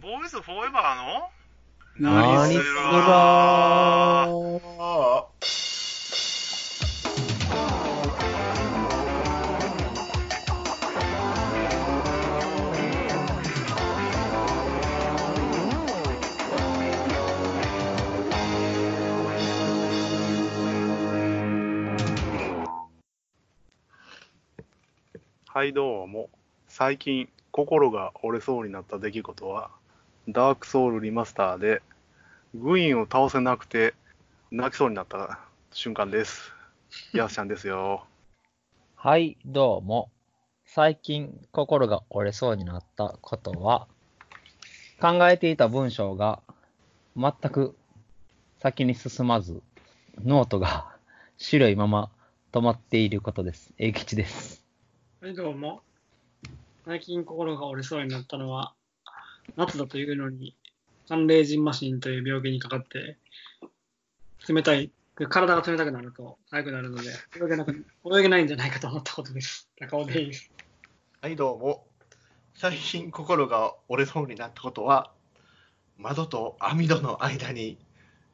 ボーイズフォーエバーの何するばーーはい、どうも。最近、心が折れそうになった出来事は、ダークソウルリマスターで、グインを倒せなくて、泣きそうになった瞬間です。やすちゃんです よ。はい、どうも。最近、心が折れそうになったことは、考えていた文章が全く先に進まず、ノートが白いまま止まっていることです。英吉です。はい、どうも。最近心が折れそうになったのは、夏だというのに、寒冷ジンマシンという病気にかかって、冷たい、体が冷たくなると、早くなるので、泳げなく泳げないんじゃないかと思ったことです。中尾です。はい、どうも。最近心が折れそうになったことは、窓と網戸の間に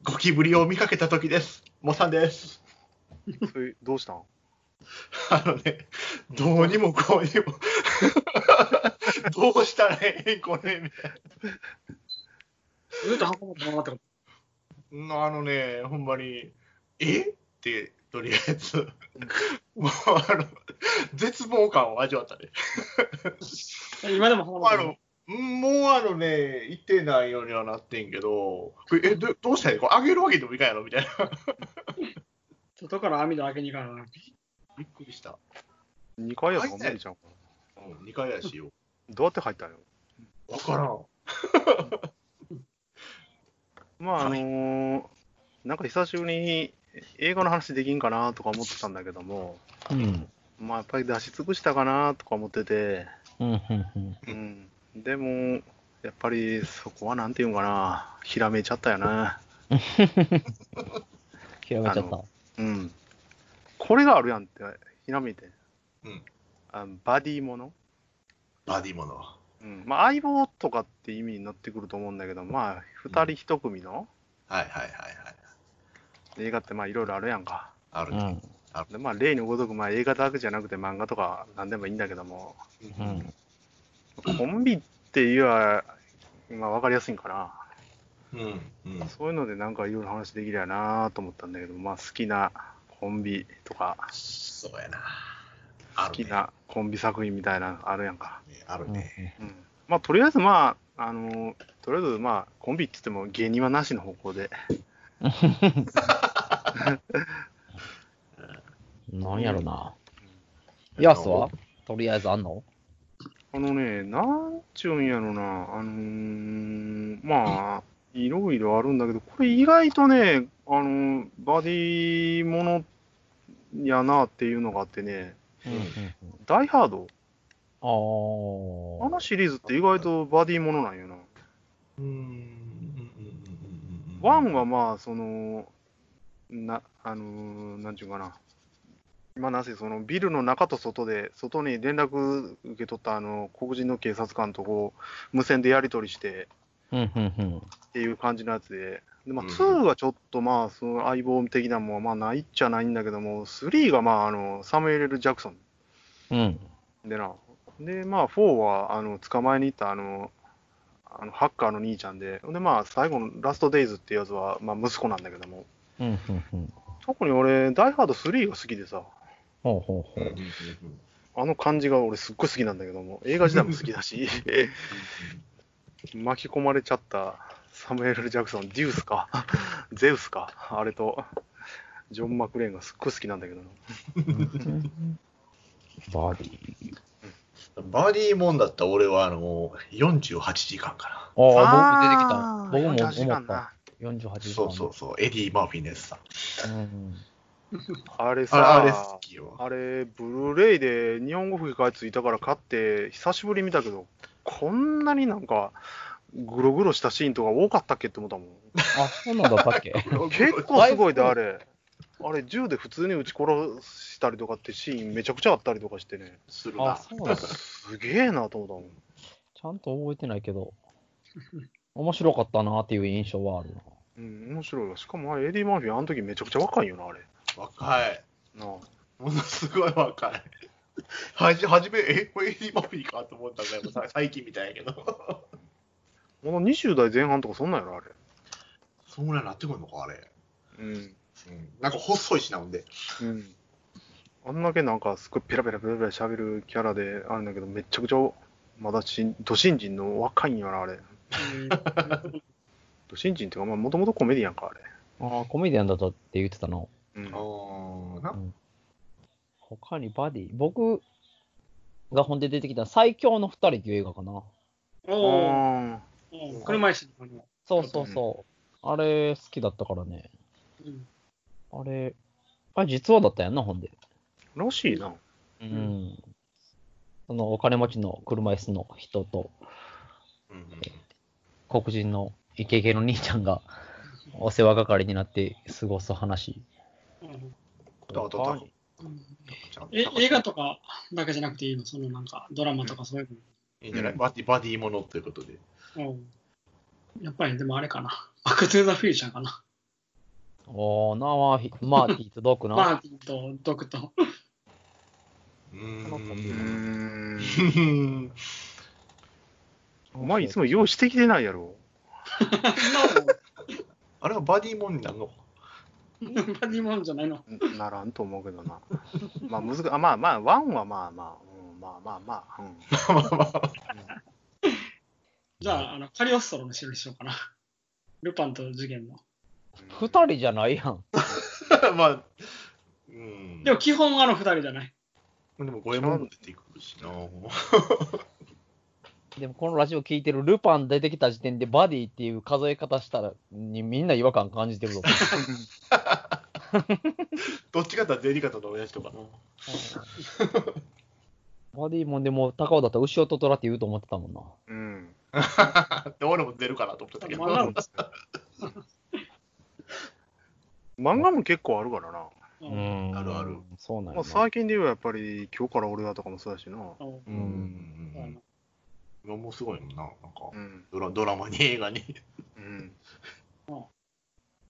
ゴキブリを見かけた時です。モさんです。それどうしたんあのね、どうにもこうにも、どうしたらええんこれ、みたいずっと運ばれたままってこな。あのね、ほんまに、えって、とりあえず、もうあの、絶望感を味わったね。と。今でも運ばあれてるの、もうあのね、行ってないようにはなってんけど、え、どどうしたらいいこれあげるわけでもいかんやろみたいな。 外から網戸開けに行かな。びっくりした。 ?2 回やったの無理じゃん。うん、2回やしよ。どうやって入ったんよ。わからん。まあ、あのーなんか久しぶりに映画の話できんかなとか思ってたんだけども、うん。まあ、やっぱり出し尽くしたかなとか思ってて、うん、うん、うん。うん。でも、やっぱりそこはなんていうんかな、ひらめいちゃったよね。広めちゃっあた。うん。これがあるやんって、ひらめいて。うん。あのバディもの。バディもの。うん。まあ、相棒とかって意味になってくると思うんだけど、まあ、二人一組のはいはいはいはい。映画って、まあ、いろいろあるやんか。あるうね。ん、で、まあ、例にごとく、まあ、映画だけじゃなくて漫画とか何でもいいんだけども、ううんん。コンビって言えば、まあ、わかりやすいんかな。うん。うん。そういうので、なんかいろいろ話できるやなと思ったんだけど、まあ、好きなコンビとか、そうやな。あ好るきね。なコンビ作品みたいなのあるやんか。あるね。うんまあ、とりあえず、まあ、あのとりあえず、まあ、コンビって言っても芸人はなしの方向で、なんやろな。ヤスはとりあえずあんのあのね、なんちゅうんやろな、あのーまあ、いろいろあるんだけど、これ意外とね、あのバディものやなっていうのがあってね、うん、うん。ダイハード、あー。あのシリーズって意外とバディものなんよな。うん。うんうんうんうんうんワンはまあ、その、な、あのーなんちゅうかな。まあ、なぜ、その、ビルの中と外で、外に連絡受け取った、あの、黒人の警察官とこう、無線でやり取りしてうん、うん、うん。っていう感じのやつで、でまあ、うん2はちょっとまあ、その、相棒的なもんは、まあ、ないっちゃないんだけども、3がまあ、あの、サムエル・ジャクソンうん。でな。で、まあ、4は、あの、捕まえに行った、あの、あのハッカーの兄ちゃんで、で、まあ、最後のラストデイズっていうやつは、まあ、息子なんだけども、うん、うん、うん。特に俺、ダイハード3が好きでさ、ほうほううんほうんうう。んあの感じが俺すっごい好きなんだけども、映画自体も好きだし、巻き込まれちゃったサムエル・ジャクソン、デュースか、ゼウスか、あれと、ジョン・マクレーンがすっごい好きなんだけどな。バディ。うんバディもんだったら俺はあの48時間かああ、僕出てきた。 48僕も思間った。な48時間な。。そうそうそう、エディ・マーフィネスさん。うん。あれあれさ、ああれれ好きよ。ブルーレイで日本語吹き替えついたから買って、久しぶりに見たけど、こんなになんか、グログロしたシーンとか多かったっけって思ったもん。あ、そうなんだったっ け結構すごいで、あれ。あれ、銃で普通に撃ち殺したりとかってシーンめちゃくちゃあったりとかしてね、するあ、な。そうなんだ。ちすげえなと思っゃんと覚えてないけど。面白かったなっていう印象はあるな。うん、面白いわ。しかもあれ、エディ・マーフィー、あの時めちゃくちゃ若いよな、あれ。若い。なあ。ものすごい若い。はじ、はじめ、え、これエディ・マフィーかと思ったんだよ。さ最近みたいやけど。まだ20代前半とかそんなんやろ、あれ。そんぐらいになってくるのか、あれ。うん。うん。なんか細いしな、ほんで。うん。あんだけなんか、すごいペラペラペラペラ喋るキャラであるんだけど、めちゃくちゃ、まだしん、ド新人の若いんよな、あれ。ド新人っていうか、まあ、もともとコメディアンか、あれ。ああ、コメディアンだったって言ってたの。うん。ああ、な。他にバディ。僕が本で出てきた最強の二人っていう映画かな。おーあおー、これ前知ったの。そうそうそう。あれ、好きだったからね。うんあれ、あれ実はだったやんな、ほんで。ーらしいな。うんん。そのお金持ちの車椅子の人とうんうん。黒人のイケイケの兄ちゃんがお世話係になって過ごす話。うんどうどうどううんちゃんえ映画とかだけじゃなくていいのそのなんかドラマとかそういういいんじゃない、うんバディ、バディものということで。の。うんやっぱりでもあれかな。バックトゥーザフューチャーかな。おーなマーフィー、マーティーとドックな。マーティンとドクと。ううーーん。ん。うんお前、いつも用意してきてないやろ。あれはバディもんになるのバディモンじゃないの。んならんと思うけどな。 まあ、難あまあまあ、ワンはまあまあ、うん、まあまあまあ、うん。じゃあ、あのカリオストロの城にしようかな。ルパンと次元の。二人じゃないやん。 まあ、うん。でも基本あの二人じゃない。でも、五右衛門も出てくるしな。 でもこのラジオ聞いてるルパン出てきた時点でバディっていう数え方したらにみんな違和感感じてるぞ。どっちかとはデリカとの親父とかな。バディもんでもう高尾だったら牛尾と虎って言うと思ってたもんな。うん。で俺も出るかなと思ってたけど。まあ漫画も結構あるからな。うんんあるある。そうなんまやあ、な。最近で言えばやっぱり、今日から俺はとかもそうだしな。そうううんん。うんうん。もうすごいもんな。なんかうん。ドラドラマに映画に。うん。そ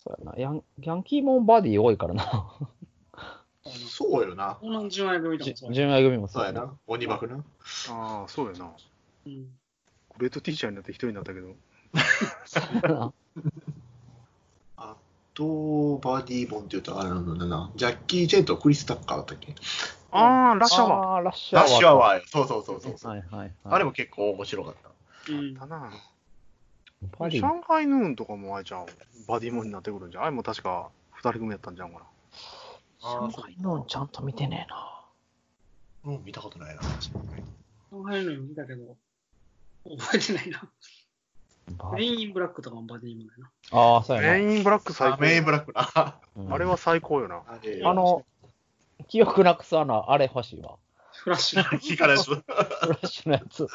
うやな。ヤンヤンキーもんバディ多いからな。あのそうよな。東南純愛組とかじそう。純愛組もそそううややな。な。鬼爆な。ああ、そうやな。うんベッドティーチャーになって一人になったけど。 あと、バディボンって言うと、あれなんだな。ジャッキー・ジェンとクリス・タッカーだったっけああ、ラッシャーは。あーラッシュアワラッー。シュアワーよ。そうそうそうそう。はいはいはい。あれも結構面白かった。うんだな。バディ上海ヌーンとかもあれじゃん。バディモンになってくるんじゃん。あれも確か二人組やったんじゃんかな。あー上海のちゃんと見てねえな。うん、見たことないな。考えるのよ見たけど、覚えてないな。バメインインブラックとかもバディもないな。ああ、そうやなメインブラック最あ高。メインブラックな。あうん。あれは最高よな。れあの、記憶なくすあの、あれ欲しいわ。フラッシュ。聞かないです。フラッシュのやつ。シ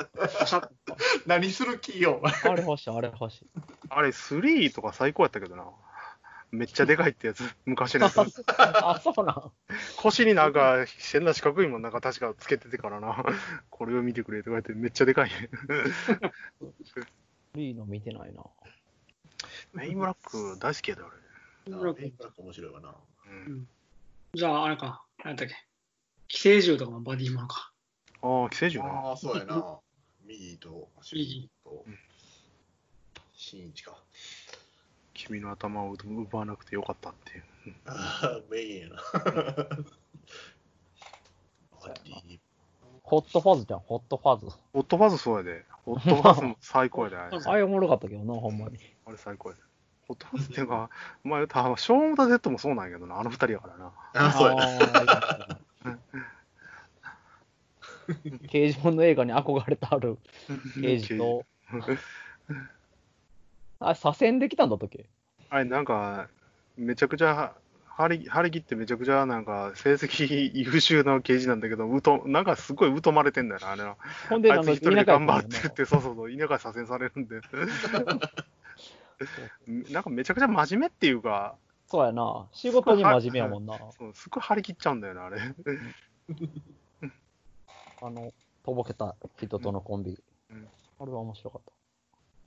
ャッ 何する気よ。あれ欲しい、あれ欲 しい。あれ3とか最高やったけどな。めっちゃでかいって やつ、昔のやつ。あ、そうなん。腰になんか変な四角いもんなんか確かつけててからな、 これを見てくれとか言ってめっちゃでかい。 リーの見てないな。メインブラック大好きやで俺。メインブラッメイクン。ブラック面白いわな。うんじゃあ、あれか。なんだっけ。寄生獣とかもバディものか。ああ、寄生獣な。ああ、そうやな。ミギーとシュリーとうん新一か。君の頭を奪わなくてよかったっていう。ああ、メインやな。バディホットファズじゃん、ホットファズ。ホットファズそうやで。ホットファズも最高やで。 あれホットファズあれおもろかったけどな、ほんまに。あれ最高やで。ホットファズっていうか、まあ、たショーン・オブザ・ゼットもそうなんやけどな、あの二人やからな。ああ、そうやな。あー刑事本の映画に憧れたある刑事と。あ、左遷できたんだったっけあれなんか、めちゃくちゃ張り張り切ってめちゃくちゃなんか成績優秀な刑事なんだけど、うとなんかすごい疎まれてんだよな、あれは。ほんで、あないんつか、一人で頑張って言って、そうそうそう、田舎左遷されるん で。なんかめちゃくちゃ真面目っていうか、そうやな。仕事に真面目やもんな。そうすごい張り切っちゃうんだよな、あれ。あの、とぼけた人とのコンビ。うんあれは面白かっ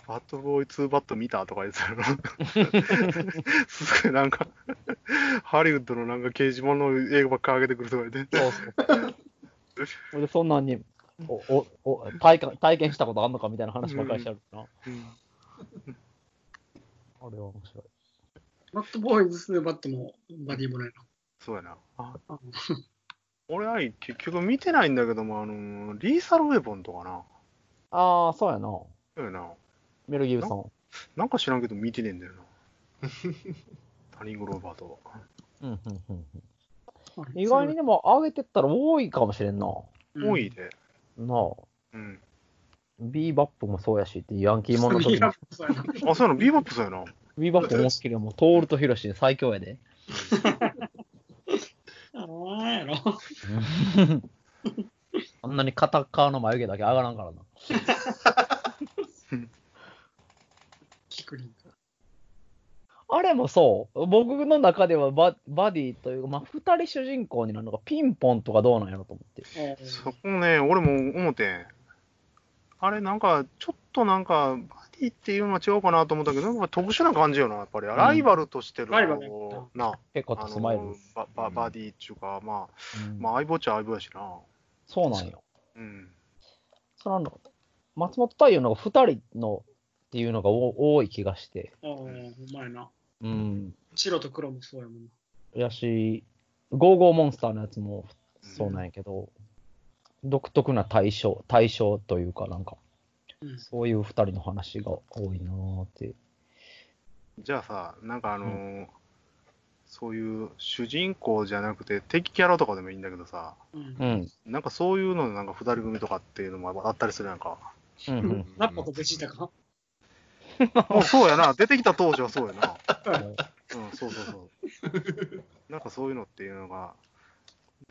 バットボーイ2バット見たとか言ってたよ すごいなんか、ハリウッドのなんか刑事物の映画ばっか上げてくるとか言って。そうそう。で、そんなんに、お、お、お、体感、体験したことあんのかみたいな話ばっかりしてあるな。あれは面白い。バットボーイズスヌーバットもバディもないそうやな。あの。俺は結局見てないんだけども、あのーリーサルウェポンとかな。ああ、そうやな。そうやな。メル・ギブソなんか知らんけど見てねえんだよな。 タリングローバーと。ン。うん、うん、うん。うん意外に、でも、上げてったら多いかもしれんな。うん多い。で。なあ。うん。ビーバップもそうやしって、ヤンキーものい時やも。そうやなあ、そうやな。ビーバップそうやな。ビーバップ思いっきりもう、トールとヒロシで最強やで。あのなんやろ。あんなに片側の眉毛だけ上がらんからな。キクリンが。あれもそう、僕の中ではババディというか、まあ、2人主人公になるのがピンポンとかどうなんやろと思って。そこね、俺も思ってん。あれ、なんか、ちょっとなんか、バディっていうのは違うかなと思ったけど、なんか特殊な感じよな、やっぱり。ライバルとしてる、ライバルな、ペコあとスマイル。のバババディっていうか、まあ、うんまあ、相棒っちゃ相棒やしな。そうなんよ。うん。それなんだ松本太陽の方が2人のっていうのがお多い気がして。ああ、ほんまやな。うん。白と黒もそうやもんな。やし、ゴーゴーモンスターのやつもそうなんやけど、独特な対象、対象というか、なんか、うんそういう2人の話が多いなーって。じゃあさ、なんかあのーそういう主人公じゃなくて、敵キャラとかでもいいんだけどさ、うんう。ん。なんかそういうので、なんか二人組とかっていうのもあったりするやんか。うんうんラッパとベジータか。もうそうやな、出てきた当時はそうやな。うんうん、そうそうそう。なんかそういうのっていうのが、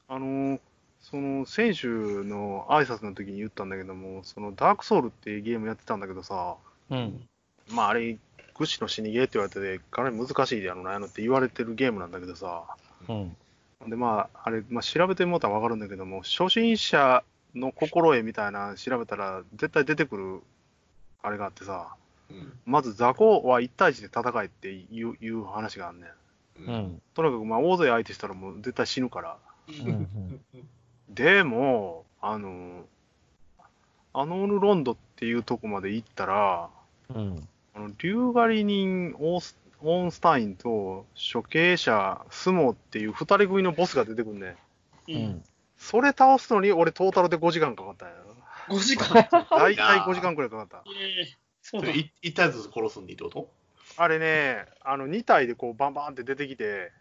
あのーその選手の挨拶の時に言ったんだけども、そのダークソウルっていうゲームやってたんだけどさ、 うん。まああれ、屈指の死にゲーって言われてて、かなり難しいやろな、やのって言われてるゲームなんだけどさ、うん。でまあ、あれ、まあ、調べてもらったら分かるんだけども、初心者の心得みたいなの調べたら、絶対出てくるあれがあってさ、うんまず雑魚は1対1で戦えっていういう話があんねん。う。ん。とにかくまあ大勢相手したらもう絶対死ぬから。うんうん。でも、あの、アノールロンドっていうとこまで行ったら、うん。あの竜狩り人オースオーンスタインと処刑者スモっていう二人組のボスが出てくるねん。う。うんん。それ倒すのに俺トータルで5時間かか ったんやろ。 5時間。だいたい5時間くらいかかった。ええそうそだれ。い一体ずつ殺すんでいいってことあれね、あの2体でこうバンバンって出てきて、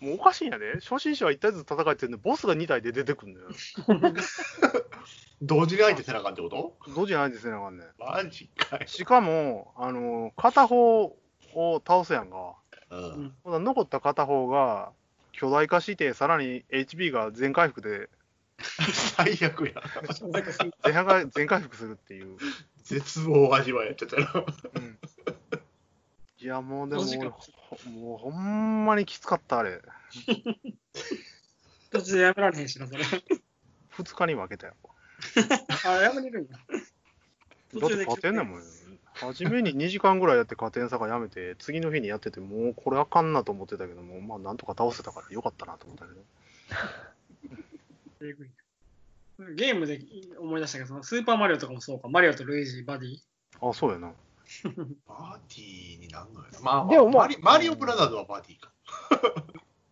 もうおかしいんやで、初心者は1体ずつ戦ってるのにボスが2体で出てくるのよ。同時に相手せなあかんってことどっちないですね、なんかね。マジかい。しかも、あの片方を倒すやんか。うん。ほな残った片方が巨大化して、さらに HP が全回復で、最悪や。なんかすごい全 回全回復するっていう。絶望味わいやってたら。うんいや、もうでもマジか俺、もうほんまにきつかった、あれ。途中でやめられへんしな、それ。 2日に分けたよ。あ、やめれるんや。だって勝てんねんもん。初めに2時間ぐらいやって加点差がやめて、次の日にやってて、もうこれあかんなと思ってたけども、まあなんとか倒せたからよかったなと思ったけど。ゲームで思い出したけど、そのスーパーマリオとかもそうか。マリオとルイージ、バディ。あ、そうやな。バディになんのやな。まあ、でもまあマリマリオブラザーズはバディか。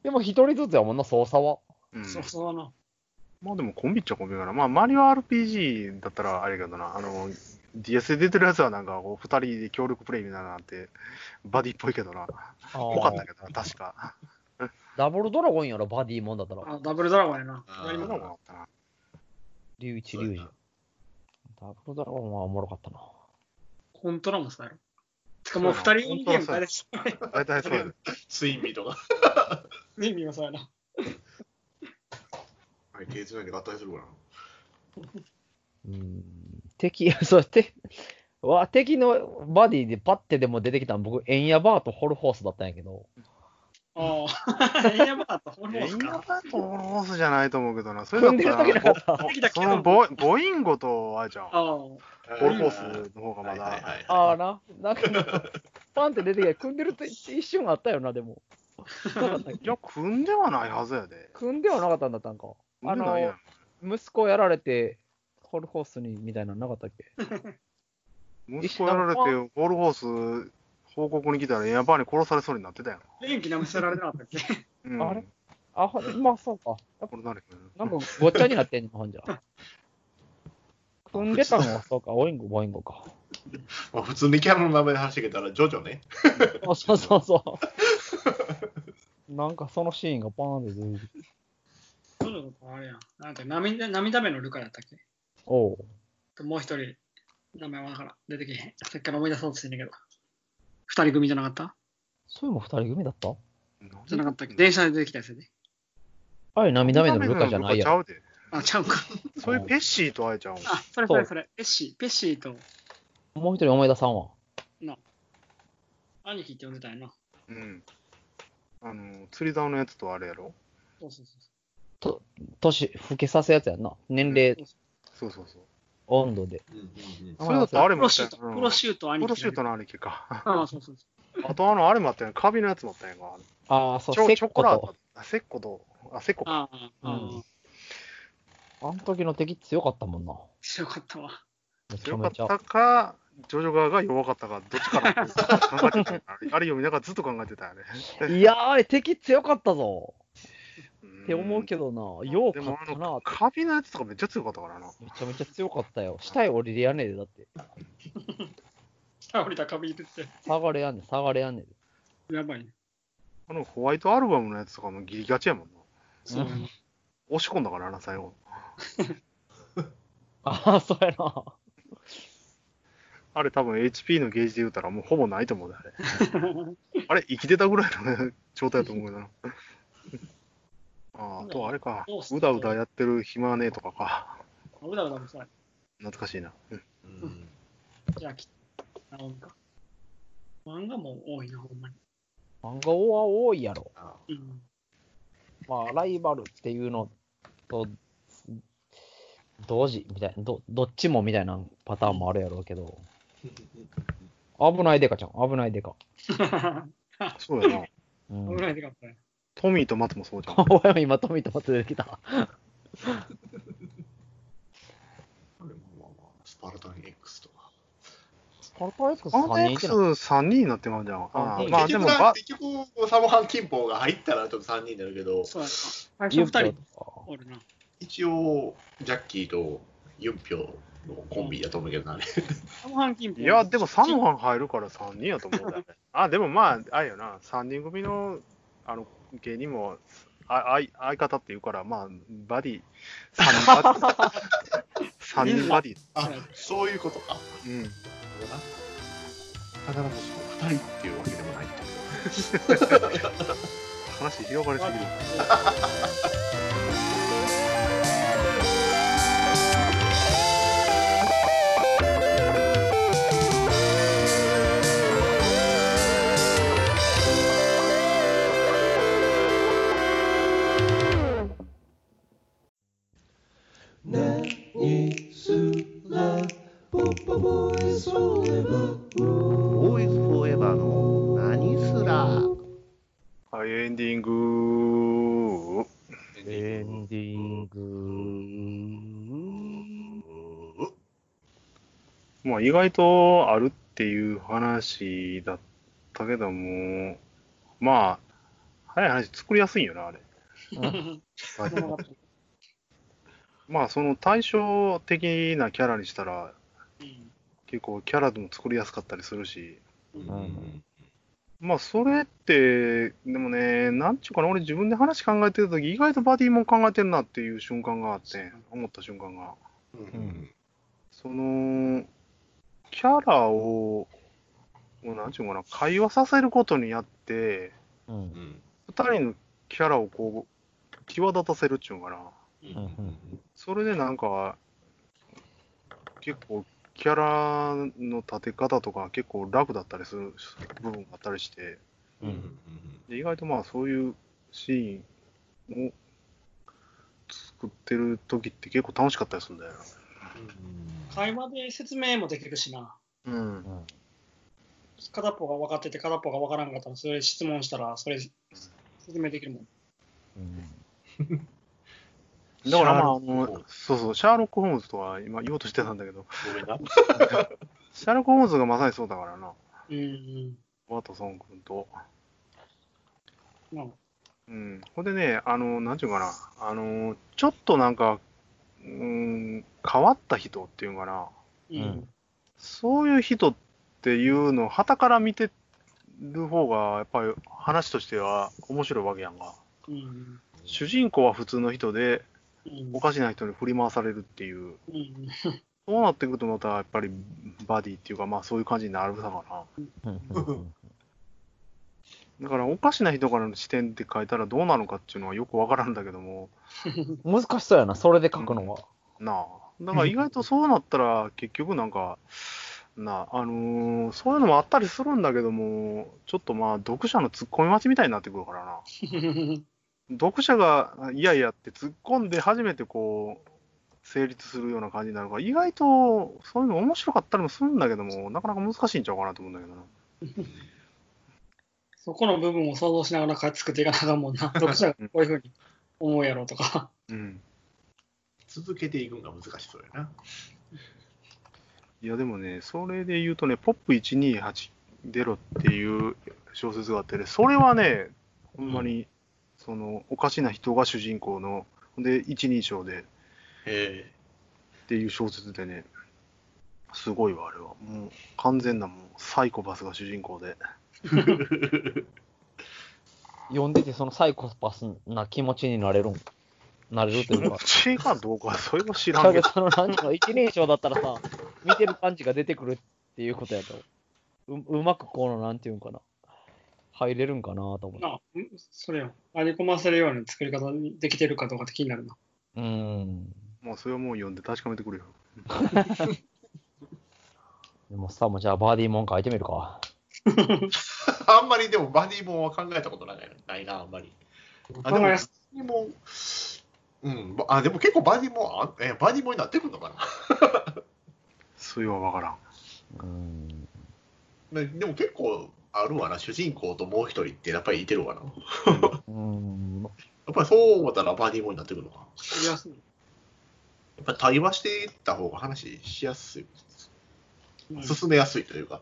でも一人ずつやもんな、操作は。うん、そうそうだな。まあでもコンビっちゃコンビかな。まあマリオ RPG だったらあれやけどな、あの、DS で出てるやつはなんかこう2人で協力プレイみたいなのあって、バディっぽいけどな。ぽかったけどな、確か。ダブルドラゴンやろ、バディもんだったら。あ、ダブルドラゴンやな。あーやりそまんしなのょがうあったな。龍一龍二。ダブルドラゴンはおもろかったな。コントラもそうやろ。てかもう二人組ゲーム大です。大体そうやね。スイミーとか。ミミもそう やな。はい、手繋いで合体するからな。うん。敵、 そして、わ敵のバディでパッてでも出てきたの僕、エンヤバーとホルホースだったんやけど、ああ、エンヤバーとホルモエスンヤか。バーとモルモスじゃないと思うけどな。それだ踏んっでるた、時なからった。ぼ来た来たそのボイボインゴと、あれじゃん、ああ、ホルモスの方がまはいはだ。いはいああな、 なんかなんか、パンって出てきて、組んでるって一瞬あったよな、でも。なかったっいけや、組んではないはずやで。組んではなかったんだったんか。組んでないやん。息子やられて、ホルホースにみたいなのなかったっけ息子やられて、ホールホース、報告に来たら、エンヤバーに殺されそうになってたやん。電気舐めせられなかったっけうんあれあ、ほまあそうか。やっこれ誰かぱなんかごっちゃになってんの、ほんじゃ。組んでたのはそうか、オインゴ、ボインゴか。まあ普通にキャラの名前で話してけたら、ジョジョね。あそうそうそう。なんかそのシーンがパーンで出てきて。そういうことあれやん。なんか涙涙目のルカやったっけおう。ともう一人、名前はだから出てけへん。さっきから思い出そうとしてんだけど。二人組じゃなかったそれも二人組だったじゃなかったっけ電車で出てきたやつやで。あれ、涙目のルカじゃないやろ。ん。あ、ちゃうか。 そういうペッシーと会えちゃうもん。あ、それそれそれ。ペッシー、ペッシーともう一人、思い出さんわ。兄貴って呼んでたんやな。うん。あの、釣り竿のやつとあれやろそうそうそう。年、老けさせやつやんな。年齢、そうそうそう。温度で。うんうんうんそれだとあれプもあロったシュやーんト、うんプロシュート兄貴。プロシュートの兄貴か。ああ、そうそうそあとあの、あれもあったやん。カビのやつもあったやんか。ああ、そう、チョセチョッココラートと。。あ、セッコと。あ、セッコう。か。ああ、あうあん、あの時の敵強かったもんな。強かったわ。めちゃ強かめっちゃ。たか、ジョジョ側が弱かったか、どっちかなって考えてたよな あれ読みながらずっと考えてたよね。いやー、あれ敵強かったうぞ。ん って思うけどな。ようで勝っもあたのな。カビのやつとかめっちゃ強かったからな。めちゃめちゃ強かったよ。下へ降りれやんねえで、だって。あ、俺だ、壁入れて下がれやんねん下がれやんねんで。て。やばいね。 あのホワイトアルバムのやつとかもギリガチやもんな。そうやな。押し込んだからな、最後。 ああ、そうやな。あれ多分 HP のゲージで言うたらもうほぼないと思う で、あれ。あれ、生きてたぐらいの、ね、状態だと思うけ どな。ああ、あとあれか。うだうだやってる暇ねえとかか。うだうだもさ、懐かしいな。うんうんじゃあ、き、なおみか。漫画も多いな、ほんまに。漫画は多いやろ。あうん。まあ、ライバルっていうのと、同時みたいな、どどっちもみたいなパターンもあるやろう けど、危ないでかちゃん、危ないでか。そうやな。うん、危ないでかったね。トミーと松もそうじゃん。 お前も今、トミーと待って出てきた。あれもまあまあスパルタン X とか。パルタ X アン3人テッいクてスない。 3人になってまうじゃん。ああうんまあで結局もなば、結局、サモハンキンポーが入ったらちょっと3人になるけど、そうやな。最ユ初ッピ二人ョとかおるな。一応、ジャッキーとユンピョのコンビだと思うけどな、ね、サモハンキンポいや、でもサモハン入るから3人やと思うんだ よね。あ、でもまあ、あれよな、3人組のあの芸人もあ相相方っていうから、まあ、バディ、3人バデ ィ。三人バディ。あそういうことか。うん。だからもう2人っていうわけでもないってこ話広がりすぎる。と。ボーイズフォーエバーの何すら。はい、エンディング。エンディング。まあ、意外とあるっていう話だったけども、まあ、早い話作りやすいんよな、あれ。物語まあ、その対照的なキャラにしたら、うん結構キャラでも作りやすかったりするし、んまあ、それって、でもね、なんちゅうかな、俺自分で話考えてるとき、意外とバディもん考えてるなっていう瞬間があって、思った瞬間が。うんその、キャラを、もうなんちゅうかな、会話させることによって、う。うんん二人のキャラをこう、際立たせるっちゅうんかな。うんうんそれでなんか、結構、キャラの立て方とか結構楽だったりする部分があったりして、うんうんで意外とまあそういうシーンを作ってる時って結構楽しかったりするんだよ。会話で説明もできるしな。うん。片っぽが分かってて片っぽが分からんかったら、それ質問したら、それ説明できるもん。だからまあ、あシャーロックホーのム、そうそう、シャーロック・ホームズとは今言おうとしてたんだけど、ごめんな。シャーロック・ホームズがまさにそうだからな。うんうん。ワトソン君と。まあ、うん。ほんでね、あの、なんていうかな、あの、ちょっとなんか、うん、変わった人っていうのかな、うん。うんそういう人っていうのを、はから見てる方が、やっぱり話としては面白いわけやんか。うん。主人公は普通の人で、うん。おかしな人に振り回されるっていう、うん。そうなってくるとまたやっぱりバディっていうか、まあそういう感じになるさかな。だからおかしな人からの視点って書いたらどうなのかっていうのはよくわからんだけども、難しそうやな、それで書くのは。なあ。だから意外とそうなった ら結局なんか、なあ、あのーそういうのもあったりするんだけども、ちょっとまあ読者の突っ込み待ちみたいになってくるからな。読者がいやいやって突っ込んで初めてこう、成立するような感じになるから、意外とそういうの面白かったりもするんだけども、なかなか難しいんちゃうかなと思うんだけどな。そこの部分を想像しながら作っていかなあかんもんな。読者がこういうふうに思うやろうとか。うん。続けていくのが難しそうやな。いやでもね、それで言うとね、ポップ1280っていう小説があってね、それはね、ほんまに、その、おかしな人が主人公の、で、一人称でへっていう小説でね、すごいわ、あれは。もう、完全なもう、サイコパスが主人公で。え。読んでて、そのサイコパスな気持ちになれるんなれると気い持うか、ちがどうか、それは知らんけ影ど。その何か一人称だったらさ、見てる感じが出てくるっていうことやと、ううまくこの、なんていうんかな、入れるんかなと思って。なあ、うんそれを割り込ませるような作り方にできてるかどうかって気になるな。うーん。もう、それはもう読んで確かめてくるよ。でもさ、もうじゃあバーディーもん書いてみるか。 あんまりでもバディモンは考えたことないなないな、あんまり。あ、考でもえバやディモン、うん、ばあでも結構バディモンあ、えバディモンになってくるのかそれはわからん。うーん。な。ねでも結構あるわな、主人公ともう一人ってやっぱりいてるわな。やうーん。っぱりそう思ったらバディモンになってくるのかな。すいやすい。やっぱり対話していった方が話しやすい、うん進めやすいというか。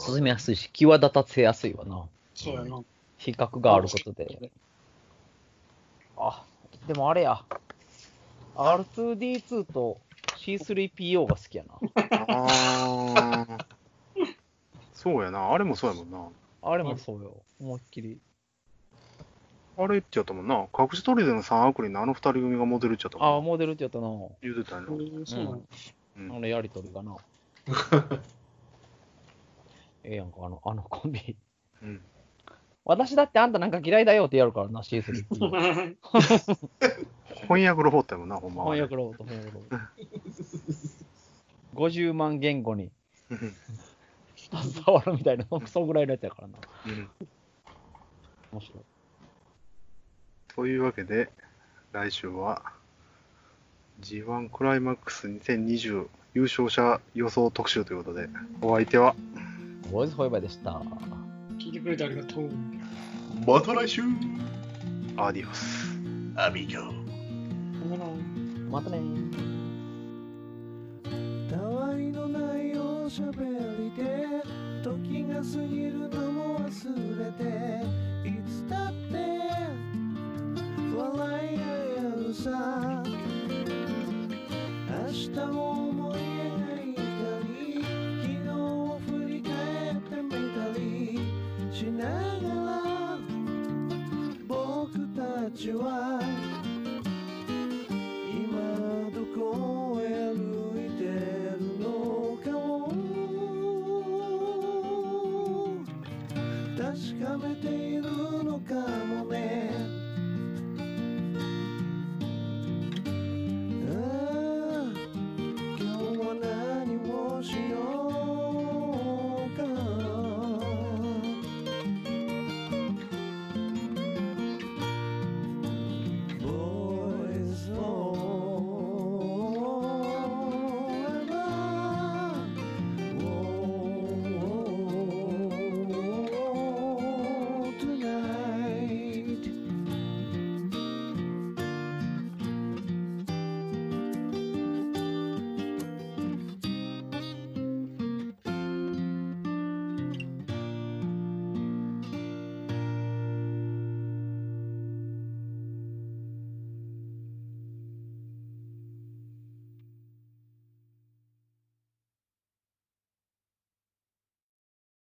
進めやすいし、際立たせやすいわな。そうやな。比較があることで。あ、でもあれや。R2D2 と C3PO が好きやな。あー。 そうやな、あれもそうやもんな。あれもそうよ。思いっきり。あれ言っちゃったもんな。隠し砦の三悪人のあの二人組がモデルっちゃったああ、もんな。モデルってやったな。言うてたよな。うんそうなんやうんあのやりとり がな。ええやんか、あの、あのコンビ。うん私だってあんたなんか嫌いだよってやるからな、C3PO。翻訳ロボットやもんな、ほんまは翻ね。訳ロボット、翻訳ロ ボット。50万言語に携わるみたいな、そんぐらいのやつやからな。 うんうん面白い。というわけで、来週は G1 クライマックス2020優勝者予想特集ということで、お相手はボーイズフォーエバーでした。 聞いてくれてありがとう。また来週アーディオス。アミーゴさよならまたねたわいのないおしゃべりで時が過ぎるのも忘れていつだって笑い合えるさ明日を思い描いたり昨日を振り返ってみたりしながら僕たちは今どこへ歩いてるのかを確かめているのかもね